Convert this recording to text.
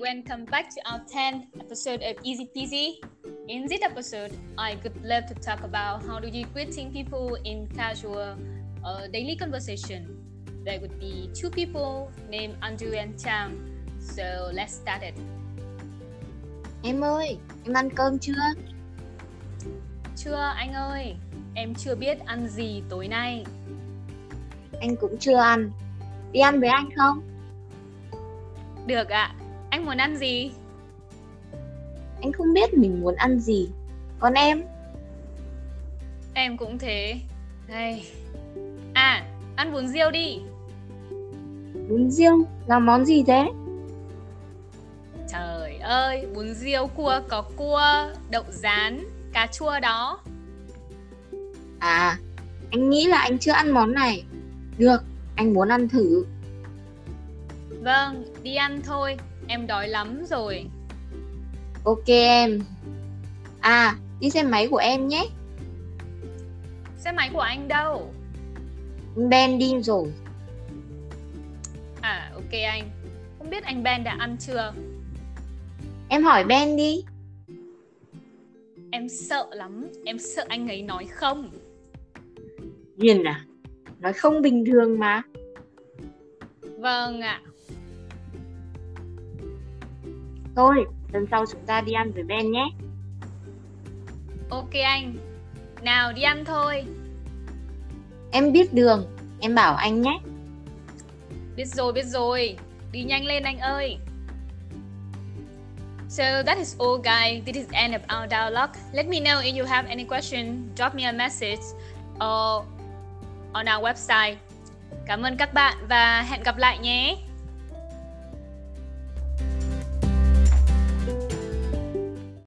welcome back to our 10th episode of Easy Peasy. In this episode, I would love to talk about how do you greeting people in casual or daily conversation. There would be two people named Andrew and Chang. So let's start it. Em ơi, em ăn cơm chưa? Chưa anh ơi, em chưa biết ăn gì tối nay. Anh cũng chưa ăn. Đi ăn với anh không? Được ạ, anh muốn ăn gì? Anh không biết mình muốn ăn gì. Còn em, Em cũng thế. Hay. À, ăn bún riêu đi. bún riêu là món gì thế? Trời ơi, bún riêu cua có cua, đậu rán, cà chua đó. À, anh nghĩ là anh chưa ăn món này. Được, anh muốn ăn thử. Vâng, đi ăn thôi, em đói lắm rồi. Ok em. À, đi xe máy của em nhé. Xe máy của anh đâu? Ben đi rồi. À, ok anh. Không biết anh Ben đã ăn chưa? Em hỏi Ben đi. Em sợ lắm, em sợ anh ấy nói không. Hiền à? Nói không bình thường mà. Vâng ạ, Thôi, lần sau chúng ta đi ăn với Ben nhé. ok anh. Nào đi ăn thôi. Em biết đường, em bảo anh nhé. Biết rồi, biết rồi. Đi nhanh lên anh ơi. So that is all, guys. This is end of our dialogue. Let me know if you have any question. Drop me a message uh, or on our website. Cảm ơn các bạn và hẹn gặp lại nhé.